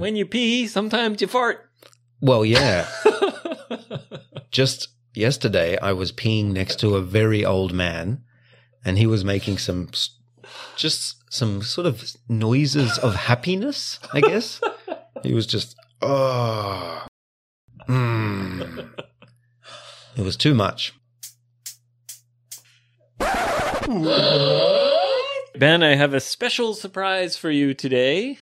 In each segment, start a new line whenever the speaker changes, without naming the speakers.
when you pee, sometimes you fart.
Well, yeah. Just yesterday, I was peeing next to a very old man, and he was making some, s- just some sort of noises of happiness. I guess he was just oh, mm. it was too much.
Ben, I have a special surprise for you today.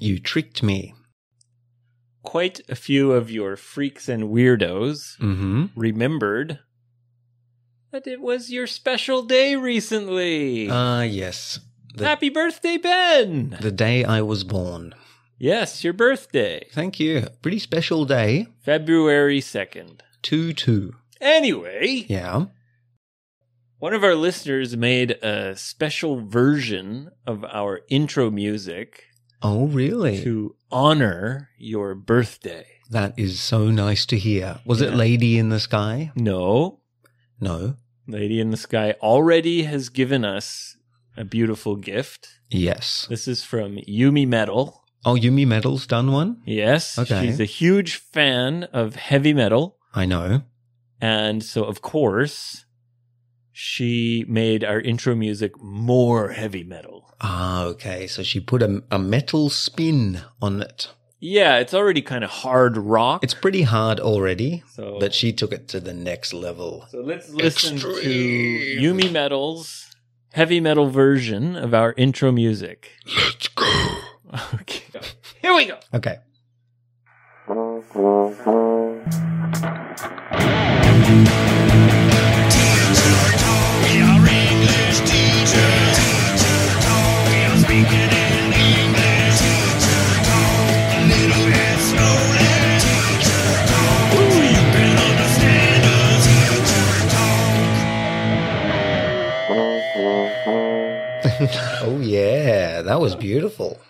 You tricked me.
Quite a few of your freaks and weirdos
Mm-hmm.
remembered that it was your special day recently.
Ah, yes. The,
Happy birthday, Ben!
the day I was born.
Yes, your birthday,
Thank you. Pretty special day.
February 2nd.
Two two.
Anyway,
Yeah.
one of our listeners made a special version of our intro music
Oh, really?
to honor your birthday.
That is so nice to hear. Was it
Yeah.
Lady in the Sky?
No,
No.
Lady in the Sky already has given us a beautiful gift.
Yes.
This is from Yumi Metal.
Oh, Yumi Metal's done one?
Yes,
Okay.
she's a huge fan of heavy metal.
I know.
And so, of course, she made our intro music more heavy metal.
Ah, okay. So she put a, a metal spin on it.
Yeah, it's already kind of hard rock.
It's pretty hard already,
so,
but she took it to the next level.
so let's listen
Extreme.
to Yumi Metal's heavy metal version of our intro music.
Let's go.
Okay. Here we go.
Okay. Oh, yeah. That was beautiful.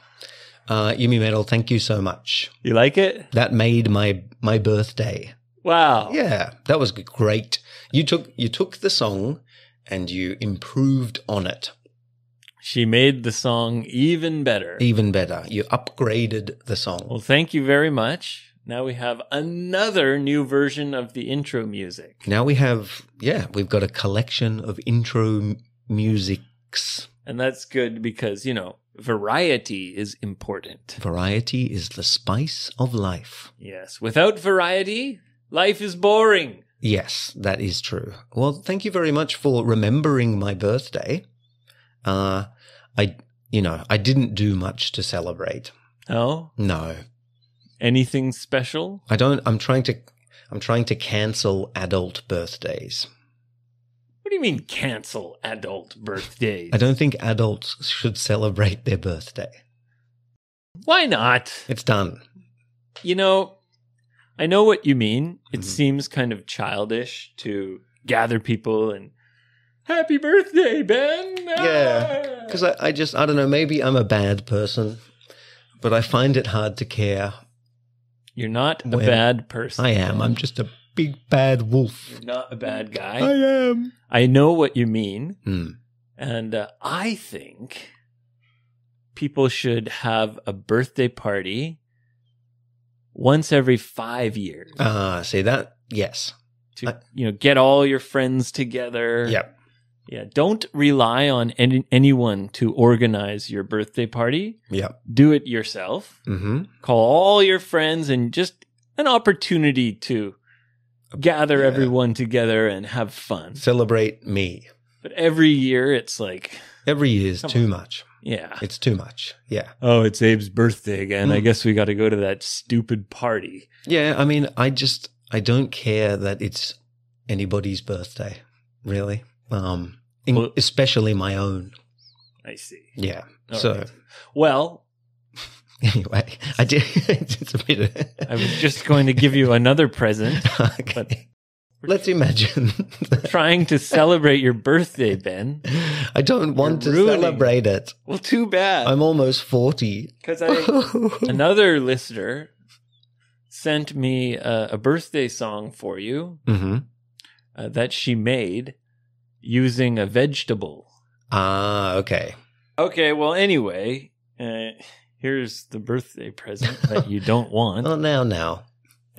Uh, Yumi Metal, thank you so much.
You like it?
That made my my birthday.
Wow.
Yeah, that was great. You took you took the song and you improved on it
She made the song even better.
even better. You upgraded the song.
Well, thank you very much. Now we have another new version of the intro music.
Now we have yeah, we've got a collection of intro m- musics.
And that's good because, you know, variety is important.
Variety is the spice of life.
Yes. Without variety, life is boring.
Yes, that is true. Well, thank you very much for remembering my birthday. Uh I you know, I didn't do much to celebrate.
Oh,
No.
anything special?
I don't I'm trying to I'm trying to cancel adult birthdays.
What do you mean cancel adult birthdays?
I don't think adults should celebrate their birthday.
Why not?
It's done.
You know, I know what you mean. It
Mhm.
seems kind of childish to gather people and happy birthday, Ben. Ah!
Yeah, Because I, I just, I don't know, maybe I'm a bad person, but I find it hard to care.
you're not a
Well,
bad person.
I am. I'm just a big bad wolf.
You're not a bad guy.
I am.
I know what you mean,
Hmm.
and uh, I think people should have a birthday party once every 5 years
Ah, see that? Yes.
to
I-
you know get all your friends together.
Yep.
Yeah, don't rely on any, anyone to organize your birthday party.
Yep.
Do it yourself.
Mm-hmm.
Call all your friends and just an opportunity to gather
Yeah.
everyone together and have fun.
Celebrate me.
But every year it's like,
Every year is
Come
too much.
yeah. Hmm.
It's too much. Yeah.
Oh, it's Abe's birthday again. I
Mm.
guess we got to go to that stupid party.
Yeah. I mean, I just, I don't care that it's anybody's birthday, really. Um, in-
Well-
especially my own.
I see.
Yeah.
All
So-
right. well,
Anyway, I did. It's a bit. Of,
I was just going to give you another present.
okay. Let's imagine. that
Trying to celebrate your birthday, Ben.
I don't want
You're
to
ruining
celebrate it.
Well, too bad.
I'm almost forty.
Because I, another listener sent me a, a birthday song for you
hmm
uh, that she made using a vegetable.
Ah, okay.
Okay, well, anyway, uh, here's the birthday present that you don't want.
Not now, now.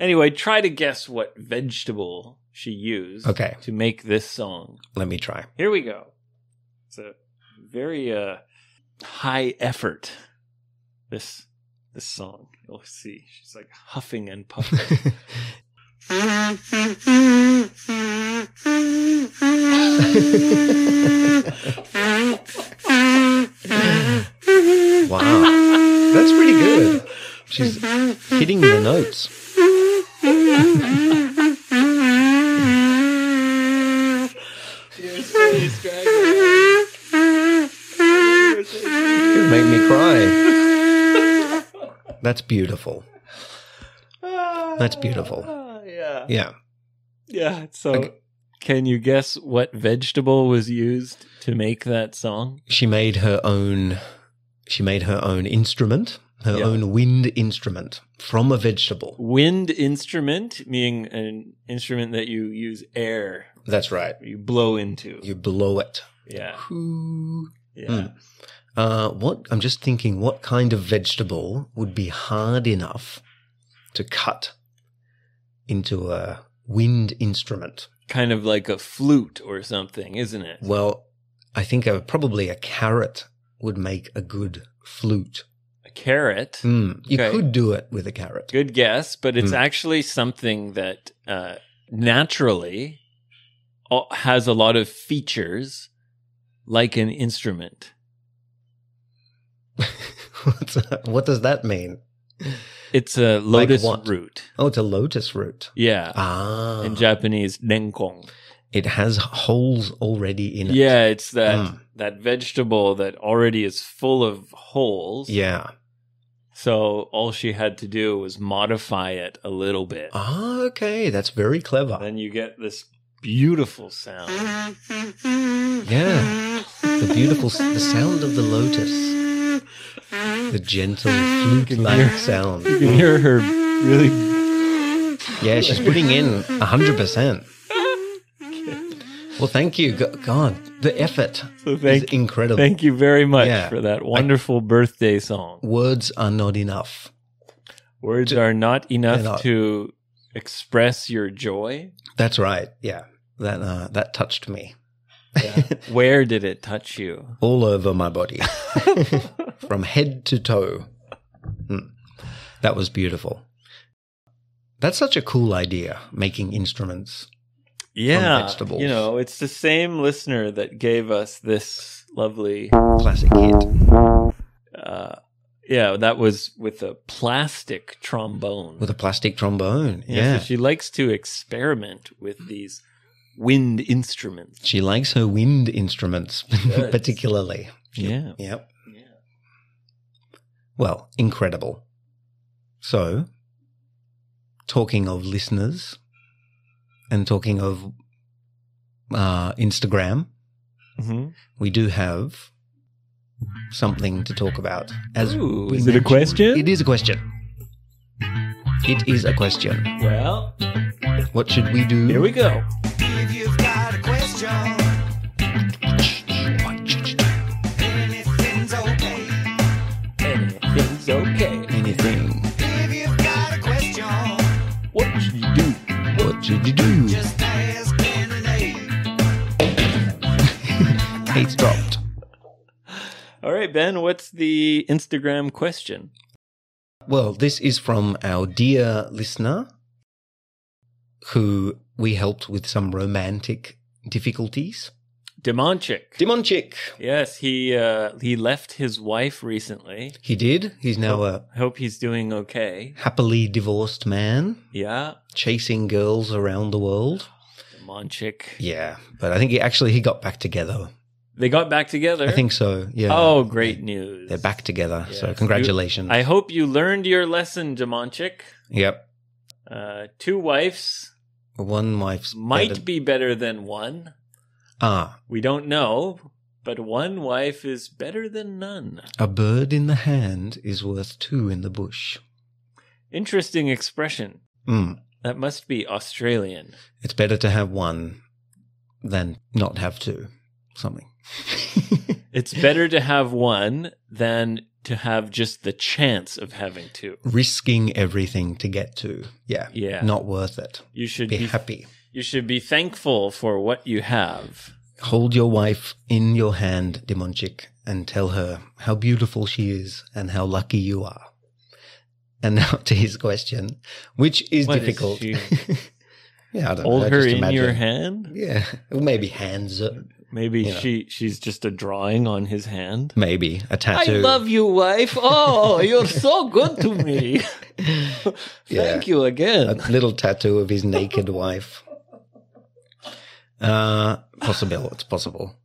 Anyway, try to guess what vegetable she used
Okay,
to make this song.
let me try.
Here we go. It's a very uh, high effort. This this song. You'll see. She's like huffing and puffing.
wow, that's pretty good. She's hitting the notes. It made me cry. That's beautiful. That's beautiful.
yeah.
Yeah.
Yeah. So,
Okay.
can you guess what vegetable was used to make that song?
she made her own she made her own instrument her
Yeah.
own wind instrument from a vegetable
Wind instrument, meaning an instrument that you use air,
that's right
you blow into.
you blow it
yeah.
Hoo.
Yeah.
Mm. uh, what i'm just thinking what kind of vegetable would be hard enough to cut into a wind instrument
Kind of like a flute or something, isn't it?
well i think a, probably a carrot would make a good flute
A carrot.
Mm, you
Okay.
could do it with a carrot
Good guess, but it's
Mm.
actually something that uh, naturally o- has a lot of features like an instrument.
What's that- what does that mean
It's a lotus
what?
root.
Oh, it's a lotus root.
Yeah.
Ah.
In Japanese, nenkong.
it has holes already in it.
Yeah, it's that
Mm.
that vegetable that already is full of holes.
Yeah.
So all she had to do was modify it a little bit.
Ah, okay. That's very clever.
Then you get this beautiful sound.
Yeah. The beautiful s- the sound of the lotus. The gentle flute like
You
sound.
can hear her really
Yeah, she's putting in 100%. Well, thank you. Go- God, the effort
so
is
thank
incredible.
thank you very much
Yeah.
for that wonderful birthday song.
Words are not enough.
Words are not enough
They're not.
to express your joy.
That's right. Yeah. That, uh, that touched me
Where did it touch you?
all over my body from head to toe. Mm. That was beautiful. That's such a cool idea, making instruments.
yeah,
vegetables.
you know, it's the same listener that gave us this lovely.
Classic hit.
Uh, yeah, that was with a plastic trombone.
With a plastic trombone.
Yeah,
Yeah.
so she likes to experiment with these wind instruments.
She likes her wind instruments,
does.
particularly.
Yeah.
Yep.
yeah.
Well, incredible. So, talking of listeners and talking of uh, Instagram,
Mhm.
we do have something to talk about. As
Ooh,
we
is it a
mentioned-
question?
It is a question. It is a question.
Well,
What should we do?
here we go.
If you've got a question, anything's okay.
Anything's okay.
Anything.
If you've got a question,
What should you do?
What should you do?
just ask in an aid.
It's dropped.
All right, Ben, what's the Instagram question?
Well, this is from our dear listener who we helped with some romantic difficulties.
Demonchik.
Dimonchik.
yes, he uh, he left his wife recently.
He did. He's now a
I hope he's doing okay.
happily divorced man
Yeah,
chasing girls around the world.
Demonchik.
Yeah, but I think he actually he got back together.
They got back together.
I think so. Yeah.
Oh, great news!
They're back together.
Yes.
So congratulations.
I hope you learned your lesson, Demonchik.
yep.
Uh, two wives
One wife's
might
better-
be better than one.
ah
We don't know, but one wife is better than none.
a bird in the hand is worth two in the bush.
Interesting expression.
Mm.
That must be Australian.
It's better to have one than not have two. Something.
It's better to have one than to have just the chance of having two.
Risking everything to get to. Yeah.
Yeah.
Not worth it.
You should
Be
be
happy.
you should be thankful for what you have.
Hold your wife in your hand, Demonchik, and tell her how beautiful she is and how lucky you are. And now to his question, which is
What is
difficult.
she-
yeah, I don't know.
Hold
I
her
just
in your
imagine.
hand.
Yeah. Or maybe hands. uh,
Maybe
You know.
she she's just a drawing on his hand.
Maybe a tattoo.
you, wife. Oh, you're so good to me.
Thank
you
a
again.
little tattoo of his naked wife. Uh, possible. It's possible.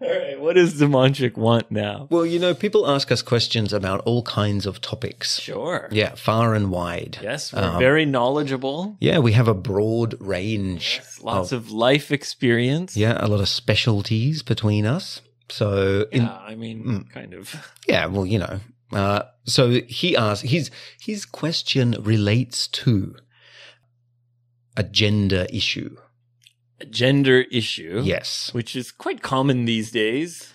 All right, what does Demonchik want now?
Well, you know, people ask us questions about all kinds of topics.
Sure.
Yeah, far and wide.
Yes, we're
Um,
very knowledgeable.
Yeah, we have a broad range.
Lots of life experience.
oh. Yeah, a lot of specialties between us. So, in,
Yeah, I mean,
Mm.
kind of.
yeah, well, you know. Uh, so he asks his his question relates to a gender issue.
A gender issue.
Yes,
Which is quite common these days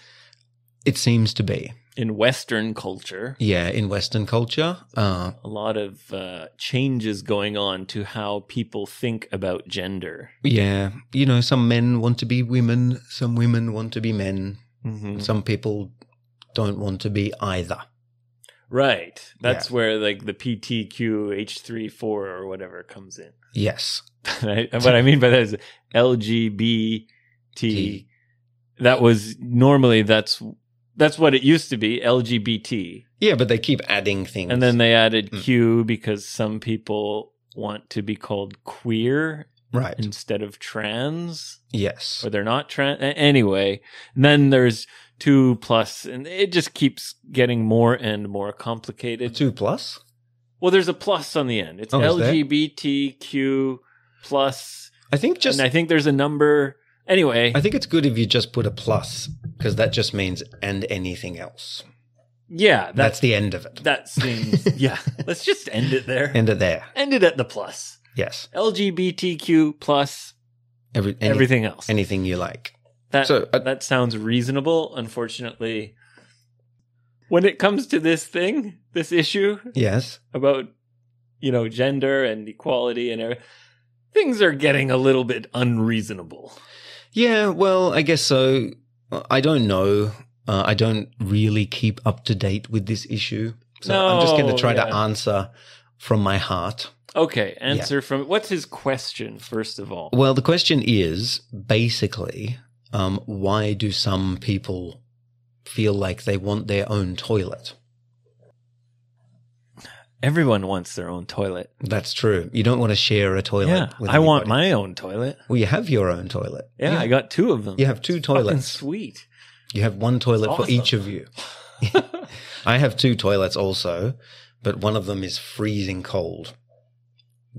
it seems to be.
in Western culture.
Yeah, in Western culture, uh,
A lot of uh, changes going on to how people think about gender.
yeah, you know, some men want to be women, some women want to be men,
Mm-hmm.
some people don't want to be either.
Right. That's where like the PTQ H34 or whatever comes in.
Yes,
Right? And what I mean by that is LGBT. That was normally that's that's what it used to be LGBT,
yeah, but they keep adding things.
and then they added
Mm.
Q because some people want to be called queer
right,
instead of trans,
yes,
or they're not trans anyway. And then there's two plus, and it just keeps getting more and more complicated.
two plus.
Well, there's a plus on the end. It's
Oh, is there?
LGBTQ plus,
I think just
and I think there's a number. Anyway,
I think it's good if you just put a plus because that just means and anything else.
yeah,
That's
that's
the end of it.
that seems. yeah, let's just end it there.
end it there.
end it at the plus.
Yes.
LGBTQ plus
Every, any-
everything else.
Anything you like.
that
so, uh,
that sounds reasonable. Unfortunately, when it comes to this thing, this issue
Yes.
about you know gender and equality and everything, things are getting a little bit unreasonable.
Yeah. Well, I guess so. I don't know. Uh, I don't really keep up to date with this issue. So I'm just going to
No,
try to
yeah.
answer from my heart.
Okay, answer from what's his question first of all?
Well, the question is basically um, why do some people feel like they want their own toilet?
Everyone wants their own toilet.
That's true. You don't want to share a toilet.
Yeah,
with
I want
anybody.
my own toilet.
Well, you have your own toilet.
Yeah, I got two of them.
You have two
Fucking
toilets.
sweet.
You have one toilet for
Awesome.
each of you. I have two toilets also, but one of them is freezing cold.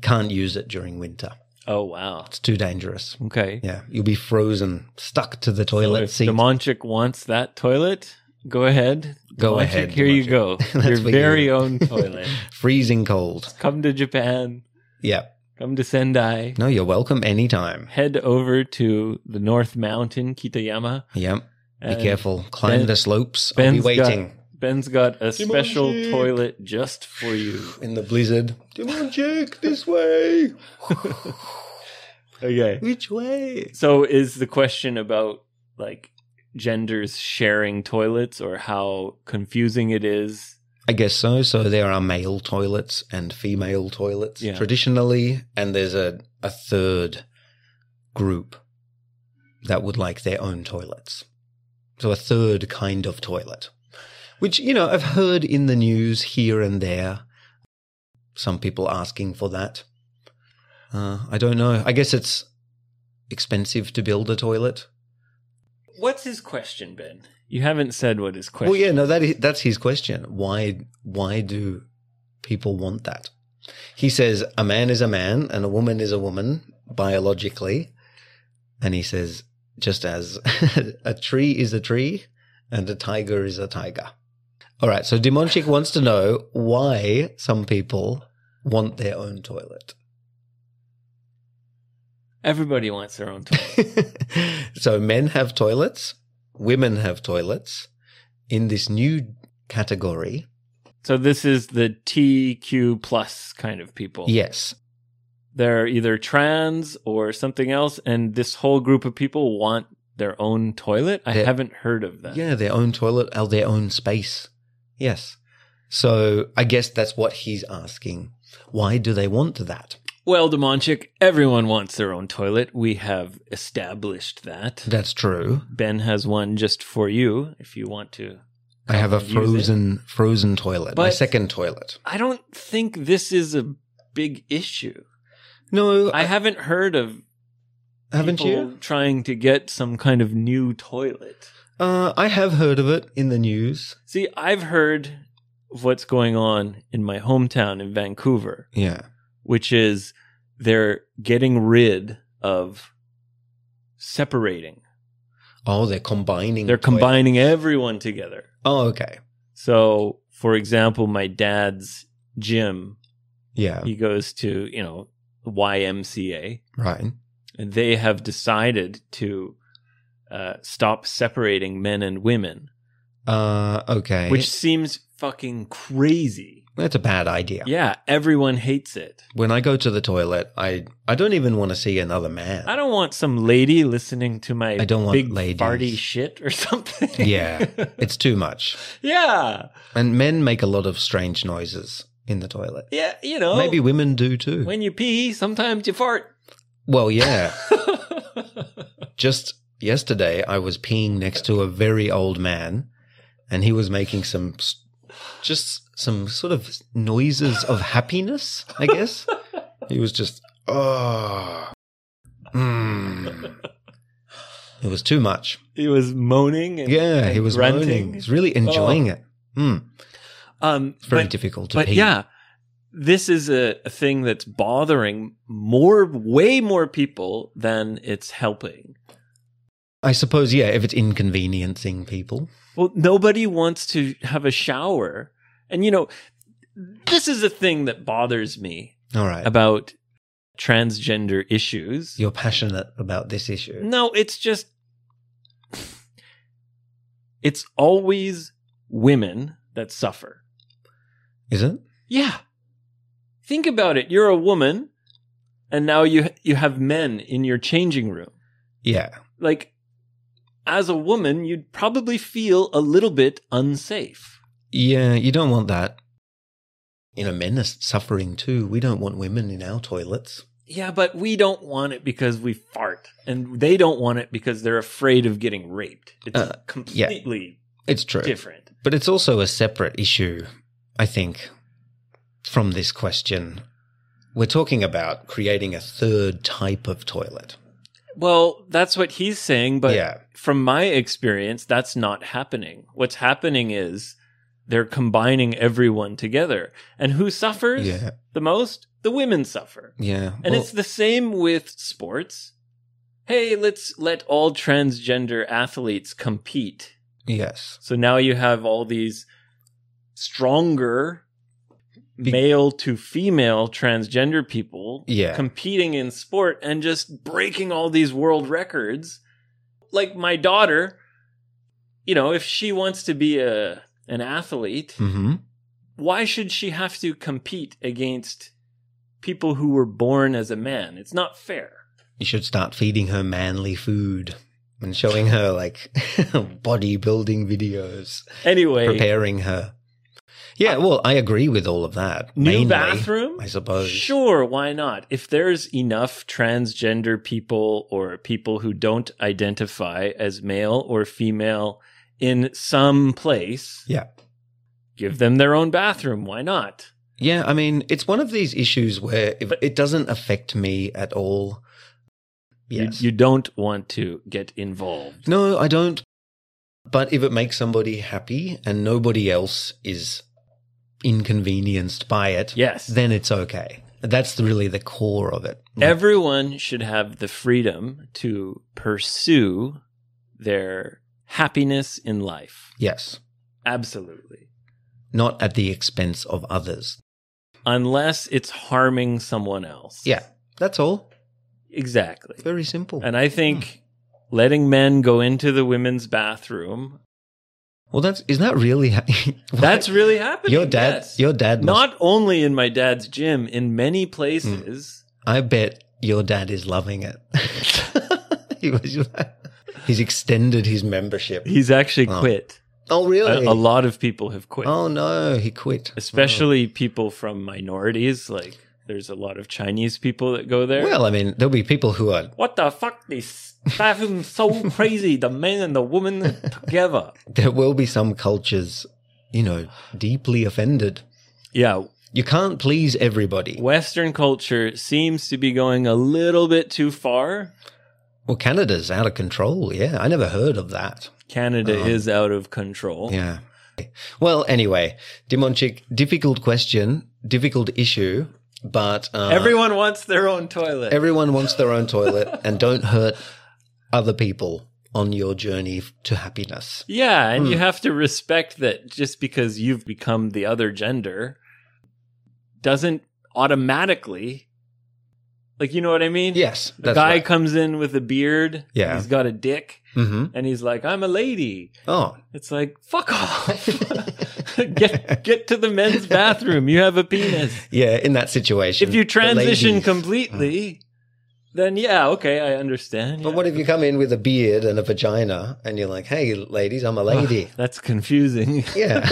Can't use it during winter.
Oh wow.
It's too dangerous.
Okay.
Yeah, you'll be frozen, stuck to the
So
toilet
if
seat.
Demonchik wants that toilet, go ahead.
Go
Demonchik,
ahead,
Here you
Demonchik.
go.
That's
Your
for you.
very own toilet.
freezing cold.
Come to Japan.
Yeah.
Come to Sendai.
No, you're welcome anytime.
Head over to the North Mountain, Kitayama.
Yeah. Be
and
careful. Climb
Ben-
the slopes. I'll be
Ben's got-
waiting
Ben's got a special
Demonchik.
toilet just for you.
in the blizzard. Demonjik, this way.
Okay.
Which way?
So is the question about like genders sharing toilets or how confusing it is?
I guess so. So there are male toilets and female toilets
Yeah.
traditionally, and there's a, a third group that would like their own toilets. So a third kind of toilet, which, you know, I've heard in the news here and there, some people asking for that. Uh, I don't know. I guess it's expensive to build a toilet.
What's his question, Ben? You haven't said what his question.
Well, yeah, no, that is, that's his question. Why why do people want that? He says a man is a man and a woman is a woman biologically, and he says just as a tree is a tree and a tiger is a tiger. All right, so Demonchik wants to know why some people want their own toilet.
Everybody wants their own toilet.
so men have toilets, women have toilets in this new category.
So this is the TQ plus kind of people.
Yes.
They're either trans or something else, and this whole group of people want their own toilet. I
Yeah.
haven't heard of that.
Yeah, their own toilet, uh, their own space. Yes. So I guess that's what he's asking. Why do they want that?
Well, Demonchik, everyone wants their own toilet. We have established that.
That's true.
Ben has one just for you if you want to.
I have a
Use it.
frozen, frozen toilet, my
But-
second toilet.
I don't think this is a big issue.
No,
I
I,
haven't heard of
haven't
people
you?
trying to get some kind of new toilet.
Uh, I have heard of it in the news.
See, I've heard of what's going on in my hometown in Vancouver,
Yeah.
which is they're getting rid of separating.
Oh, they're combining.
They're
toilets.
combining everyone together.
Oh, okay.
So, for example, my dad's gym,
Yeah.
he goes to, you know, YMCA,
Right.
and they have decided to uh, stop separating men and women,
Uh, okay.
which seems fucking crazy.
that's a bad idea.
Yeah, everyone hates it.
When I go to the toilet, I I don't even want to see another man.
I don't want some lady listening to my
I don't want
big
ladies.
farty shit or something.
Yeah. It's too much.
yeah,
And men make a lot of strange noises in the toilet.
yeah. You know,
Maybe women do too.
Oh. when you pee, sometimes you fart.
well, yeah. Just yesterday, I was peeing next to a very old man, and he was making some, s- just some sort of noises of happiness, I guess. he was just, oh, mm. It was too much.
he was moaning. And,
Yeah, he
and
was
grunting.
moaning. He was really enjoying it. Mm.
Um,
It's very
Oh. but,
difficult to
but
pee.
yeah, this is a, a thing that's bothering more, way more people than it's helping.
I suppose, yeah, if it's inconveniencing people.
Well, nobody wants to have a shower, and you know, this is a thing that bothers me
All right.
about transgender issues.
You're passionate about this issue.
No, it's just it's always women that suffer.
Is it?
Yeah. Think about it. You're a woman and now you you have men in your changing room.
Yeah.
Like as a woman, you'd probably feel a little bit unsafe.
Yeah, you don't want that. You know, men are suffering too. We don't want women in our toilets.
Yeah, but we don't want it because we fart and they don't want it because they're afraid of getting raped. It's
Uh,
completely
It's true.
different.
But it's also a separate issue, I think, from this question. We're talking about creating a third type of toilet.
Well, that's what he's saying, but
yeah.
from my experience, that's not happening. What's happening is they're combining everyone together. And who suffers
Yeah.
the most? The women suffer.
Yeah.
And
Well,
it's the same with sports. Hey, let's let all transgender athletes compete.
yes.
So now you have all these stronger
Be-
male to female transgender people
Yeah.
competing in sport and just breaking all these world records. Like my daughter, you know, if she wants to be a an athlete,
hmm
why should she have to compete against people who were born as a man? It's not fair.
You should start feeding her manly food and showing her like bodybuilding videos,
Anyway,
preparing her. Yeah, well, I agree with all of that.
new
mainly,
bathroom?
I suppose.
Sure, why not? If there's enough transgender people or people who don't identify as male or female in some place,
Yeah.
give them their own bathroom. Why not?
Yeah, I mean, it's one of these issues where if
But-
it doesn't affect me at all.
You-
Yes.
You, don't want to get involved.
no, I don't. But if it makes somebody happy and nobody else is inconvenienced by it,
Yes.
then it's okay. That's really the core of it.
Everyone should have the freedom to pursue their happiness in life.
yes.
Absolutely.
Not at the expense of others.
Unless it's harming someone else.
Yeah, that's all.
Exactly.
Very simple.
And I think letting men go into the women's bathroom.
Well, that's is that really ha- What?
That's really happening.
your dad.
yes.
Your dad. Must,
Not only in my dad's gym, in many places.
I bet your dad is loving it. he was. He's extended his membership.
He's actually
Oh.
quit.
Oh,
A,
really?
a lot of people have quit,
Oh no, he quit. Oh.
especially people from minorities. Like, there's a lot of Chinese people that go there.
Well, I mean, there'll be people who are
what the fuck? This bathroom so crazy. The man and the woman together.
there will be some cultures, you know, deeply offended.
Yeah,
You can't please everybody.
Western culture seems to be going a little bit too far.
Well, Canada's out of control. Yeah, I never heard of that.
Canada
Oh.
is out of control.
Yeah. Well, anyway, Dimonchik, difficult question, difficult issue, but uh,
Everyone wants their own toilet.
everyone wants their own toilet, and don't hurt other people on your journey to happiness.
yeah, and you
Hmm.
have to respect that just because you've become the other gender doesn't automatically like you know what I mean?
Yes,
The
that's
guy
right.
comes in with a beard,
Yeah.
he's got a dick,
hmm
and he's like, I'm a lady.
Oh,
It's like, fuck off. get get to the men's bathroom. You have a penis.
yeah. In that situation,
if you
the
transition
ladies-
completely, then yeah, okay, I understand.
But
yeah.
what if you come in with a beard and a vagina, and you're like, "Hey, ladies, I'm a lady."
That's confusing.
yeah.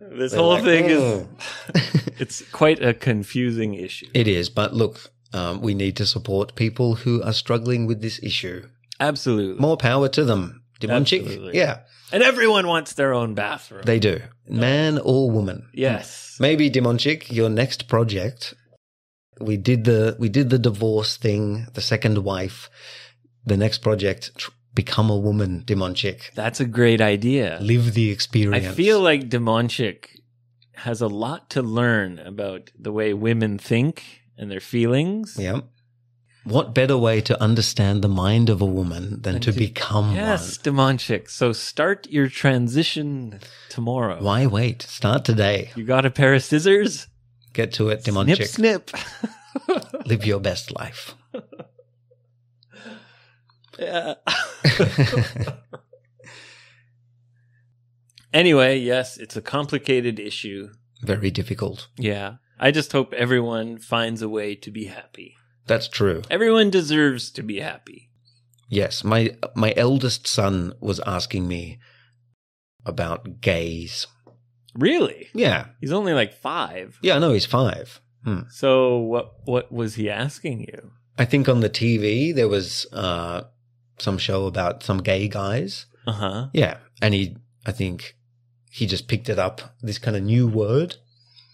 this
They're
whole
like,
thing
"Oh."
is—it's quite a confusing issue.
It is, but look, um, we need to support people who are struggling with this issue.
Absolutely,
More power to them. Dimonchik?
Absolutely.
Yeah,
and everyone wants their own bathroom.
they Mm. do. Man or woman.
yes,
Maybe Dimonchik, your next project. We did the we did the divorce thing, the second wife. The next project, tr- become a woman, Dimonchik.
that's a great idea.
Live the
I
experience.
feel like Demonchik has a lot to learn about the way women think and their feelings.
Yeah. What better way to understand the mind of a woman than
Than
to
to-
become
Yes, Demonchik. So start your transition tomorrow.
one? Why wait? Start today.
You got a pair of scissors?
Get to it, Dimonchik.
Snip, snip.
Live your best life.
Yeah. anyway, yes, it's a complicated issue.
Very difficult.
Yeah. I just hope everyone finds a way to be happy.
That's true.
Everyone deserves to be happy.
Yes, my my eldest son was asking me about gays.
Really?
Yeah,
He's only like 5.
yeah, I know he's five. Hmm.
So what what was he asking you?
I think on the TV there was uh, some show about some gay guys.
Uh-huh.
Yeah, and he, I think, he just picked it up. This kind of new word.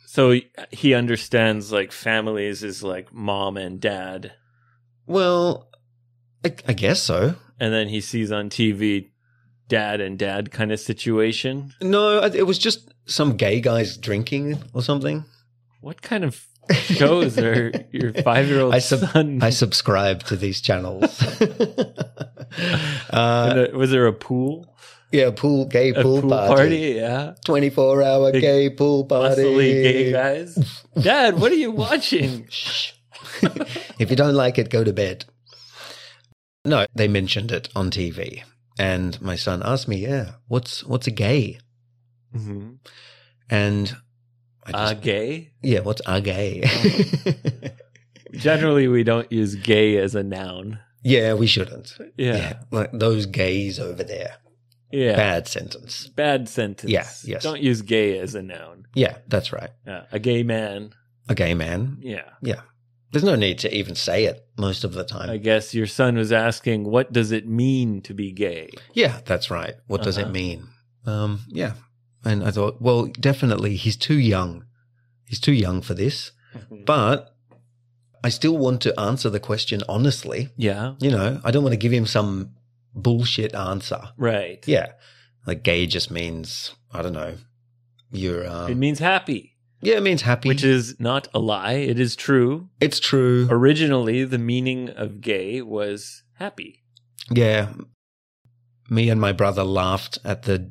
So he understands like families is like mom and dad.
Well, I, I guess so.
And then he sees on TV dad and dad kind of situation.
No, it was just some gay guys drinking or something.
What kind of shows are your five year old
I sub-
son?
I subscribe to these channels.
And
uh,
the- was there a pool?
yeah, pool gay
A
pool, party.
Yeah.
twenty four hour
Big
gay pool party.
Muscly gay guys. Dad, what are you watching?
Shh. if you don't like it, go to bed. No, they mentioned it on TV, and my son asked me, "Yeah, what's what's a gay?"
mm
And I
Uh,
just,
gay?
yeah, what's a gay?
Oh. Generally, we don't use gay as a noun.
yeah, we shouldn't.
Yeah.
like those gays over there.
Yeah. Bad,
Bad sentence.
sentence.
Yeah, yes.
Don't use gay as a noun.
Yeah, that's right.
Yeah. A gay man.
A gay man.
Yeah.
There's no need to even say it most of the time.
I guess your son was asking, what does it mean to be gay?
yeah, that's right. What does it
Uh-huh.
mean? Um, yeah. And I thought, well, definitely he's too young. He's too young for this. But I still want to answer the question honestly.
Yeah.
You know, I don't want to give him some bullshit answer.
Right.
Yeah. Like gay just means, I don't know, you're, um,
It means happy,
yeah, it means happy.
which is not a lie. It is true.
it's true.
Originally, the meaning of gay was happy.
Yeah. Me and my brother laughed at the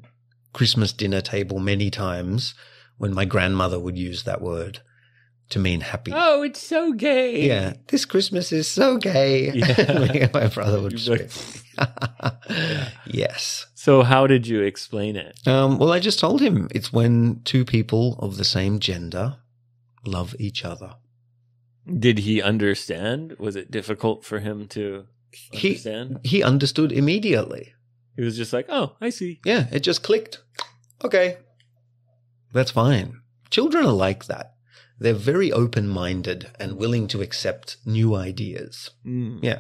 Christmas dinner table many times when my grandmother would use that word to mean happy.
Oh, it's so gay.
Yeah, this Christmas is so gay.
Yeah.
My brother would
You'd
just
be
be, yes.
So how did you explain it?
Um, well, I just told him it's when two people of the same gender love each other.
Did he understand? Was it difficult for him to
He-
understand?
He understood immediately.
He, was just like, "Oh, I see."
Yeah, it just clicked. Okay. That's fine. Children are like that. They're very open minded and willing to accept new ideas.
Mm.
Yeah.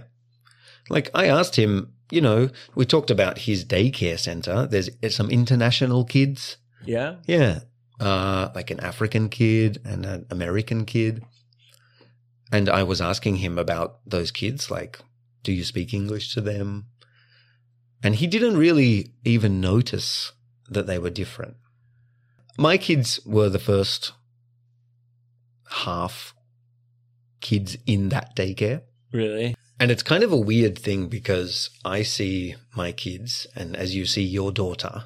Like I asked him, you know, we talked about his daycare center. There's some international kids.
Yeah.
Yeah. Uh, like an African kid and an American kid. And I was asking him about those kids, like, do you speak English to them? And he didn't really even notice that they were different. My kids were the first half kids in that daycare.
Really?
And it's kind of a weird thing because I see my kids, and as you see your daughter,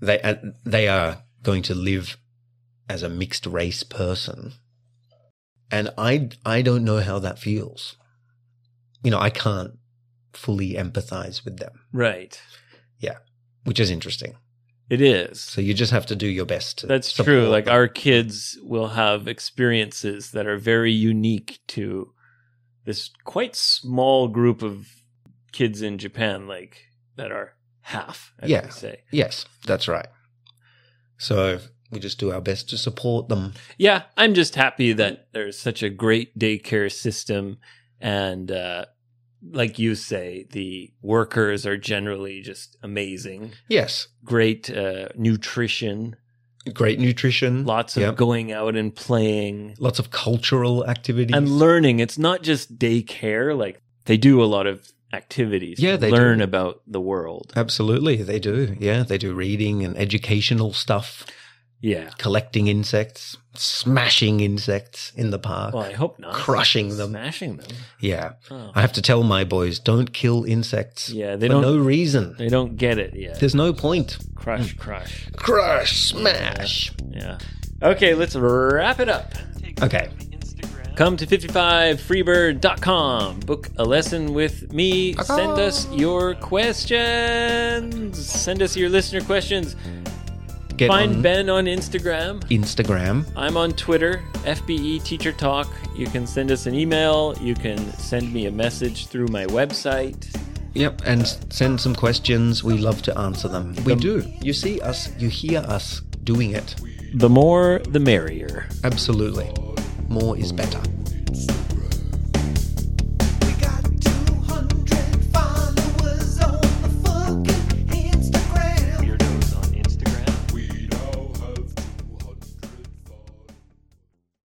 they uh, they are going to live as a mixed race person, and I I don't know how that feels. You know, I can't fully empathize with them,
Right.
which is interesting.
It is.
So you just have to do your best. To
That's
support
true. Like
them.
our kids will have experiences that are very unique to this quite small group of kids in Japan, like that are half. I
Yeah.
would say.
yes, that's right. So we just do our best to support them.
Yeah, I'm just happy that there's such a great daycare system, and uh, like you say, the workers are generally just amazing.
Yes,
Great uh, nutrition,
great nutrition,
lots of
Yep.
going out and playing.
lots of cultural activities
and learning. It's not just daycare; like they do a lot of activities.
Yeah,
to
they
learn
do.
about the world.
Absolutely, they do. Yeah, they do reading and educational stuff,
Yeah.
collecting insects, smashing insects in the park.
Well, I hope not.
Crushing them.
smashing them.
yeah,
Oh.
I have to tell my boys don't kill insects
Yeah, they
for
don't.
no reason.
They don't get it yet.
There's no point.
Crush, crush.
Crush, smash.
Yeah. Okay, let's wrap it up.
Okay,
Come to 55freebird.com. Book a lesson with me. Send us your questions. Send us your listener questions.
get
Find
on
Ben on Instagram.
Instagram.
I'm on Twitter, FBE Teacher Talk. You can send us an email. You can send me a message through my website.
Yep, and s- send some questions. We love to answer them. We do. You see us, you hear us doing it.
The more, the merrier.
Absolutely. More is better.